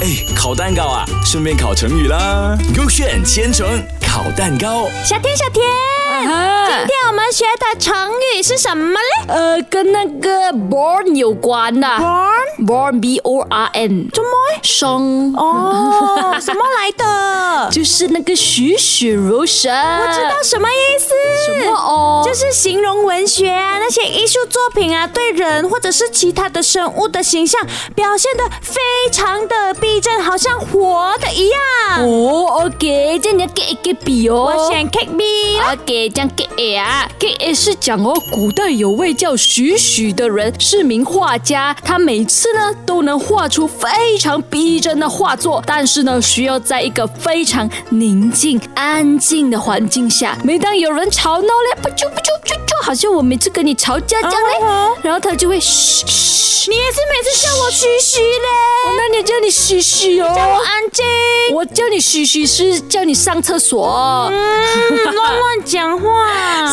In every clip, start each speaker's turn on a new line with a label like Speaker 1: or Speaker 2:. Speaker 1: 哎，烤蛋糕啊，顺便烤成语啦。勾选千层烤蛋糕，
Speaker 2: 小天，小天，
Speaker 3: 啊
Speaker 2: 今天我们学的成语是什么嘞？
Speaker 3: 呃，跟那个 born 有关的。born born b o r n
Speaker 2: 怎么？
Speaker 3: 生
Speaker 2: 哦，什么来 的？
Speaker 3: 就是那个栩栩如生。我
Speaker 2: 知道什么意思？
Speaker 3: 什么哦？
Speaker 2: 就是形容文学啊，那些艺术作品啊，对人或者是其他的生物的形象表现的非常的逼真，好像活的一样。
Speaker 3: 哦，OK，这样你要给一个比哦。
Speaker 2: 我选 K B，
Speaker 3: OK，这样啊 get it 啊，get it 是讲哦，古代有位叫许许的人是名画家，他每次呢都能画出非常逼真的画作，但是呢需要在一个非常宁静、安静的环境下。每当有人吵闹嘞，不就不就就就好像我每次跟你吵架这样嘞
Speaker 2: 嗯哼
Speaker 3: 然后他就会嘘嘘，哦
Speaker 2: 你也是每次叫我嘘嘘嘞，
Speaker 3: 那你叫你嘘嘘哦，
Speaker 2: 叫我安 静，
Speaker 3: 我叫你嘘嘘是叫你上厕所哦。
Speaker 2: 嗯，乱乱讲 话。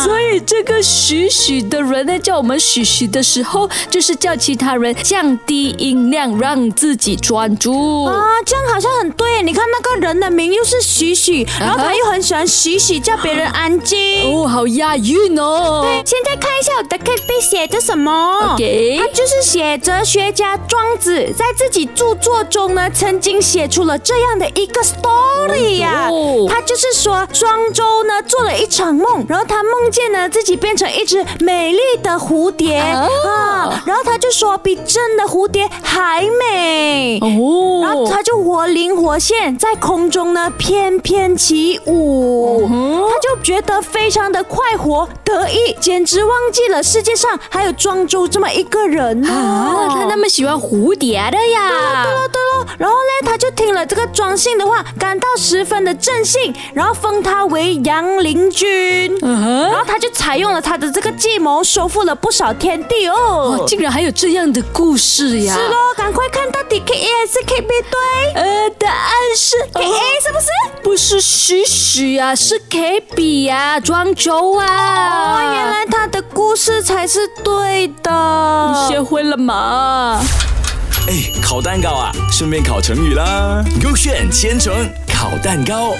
Speaker 3: 所以这个许许的人呢，叫我们许许的时候，就是叫其他人降低音量，让自己专注。
Speaker 2: 啊，这样好像很对耶。你看那个人的名又是许许，然后
Speaker 3: 啊
Speaker 2: 他
Speaker 3: 哈
Speaker 2: 又很喜欢许许叫别人安静。
Speaker 3: 哦，好押韵哦。
Speaker 2: 现在看一下我的 K B 写的什么。
Speaker 3: OK
Speaker 2: 他就是写哲学家庄子在自己著作中呢，曾经写出了这样的一个 story 呀、
Speaker 3: 哦
Speaker 2: 他就是说，庄周呢做了一场梦，然后他梦见呢自己变成一只美丽的蝴蝶
Speaker 3: 哦
Speaker 2: 啊，然后他就说比真的蝴蝶还美。
Speaker 3: 哦，
Speaker 2: 然后它就活灵活现，在空中呢翩翩起
Speaker 3: 嗯
Speaker 2: 舞，他就觉得非常的快活得意，简直忘记了世界上还有庄周这么一个人呢、
Speaker 3: 啊，他那么喜欢蝴蝶的呀。
Speaker 2: 哦对喽，然后呢，他就听了这个庄信的话，感到十分的振兴，然后封他为杨陵君。
Speaker 3: 嗯哼
Speaker 2: 然后他就采用了他的这个计谋，收复了不少天地哦。
Speaker 3: 哦，竟然还有这样的故事呀！
Speaker 2: 是喽，赶快看到底 K A 还是 K B 哦对
Speaker 3: 呃，答案是
Speaker 2: ，K A 是不是？
Speaker 3: 不是许许啊，是 K B 啊，庄周
Speaker 2: 哦，
Speaker 3: 啊。
Speaker 2: 原来他的故事才是对的。
Speaker 3: 学会了吗？
Speaker 1: 哎，烤蛋糕啊，顺便烤成语啦。勾选千层烤蛋糕。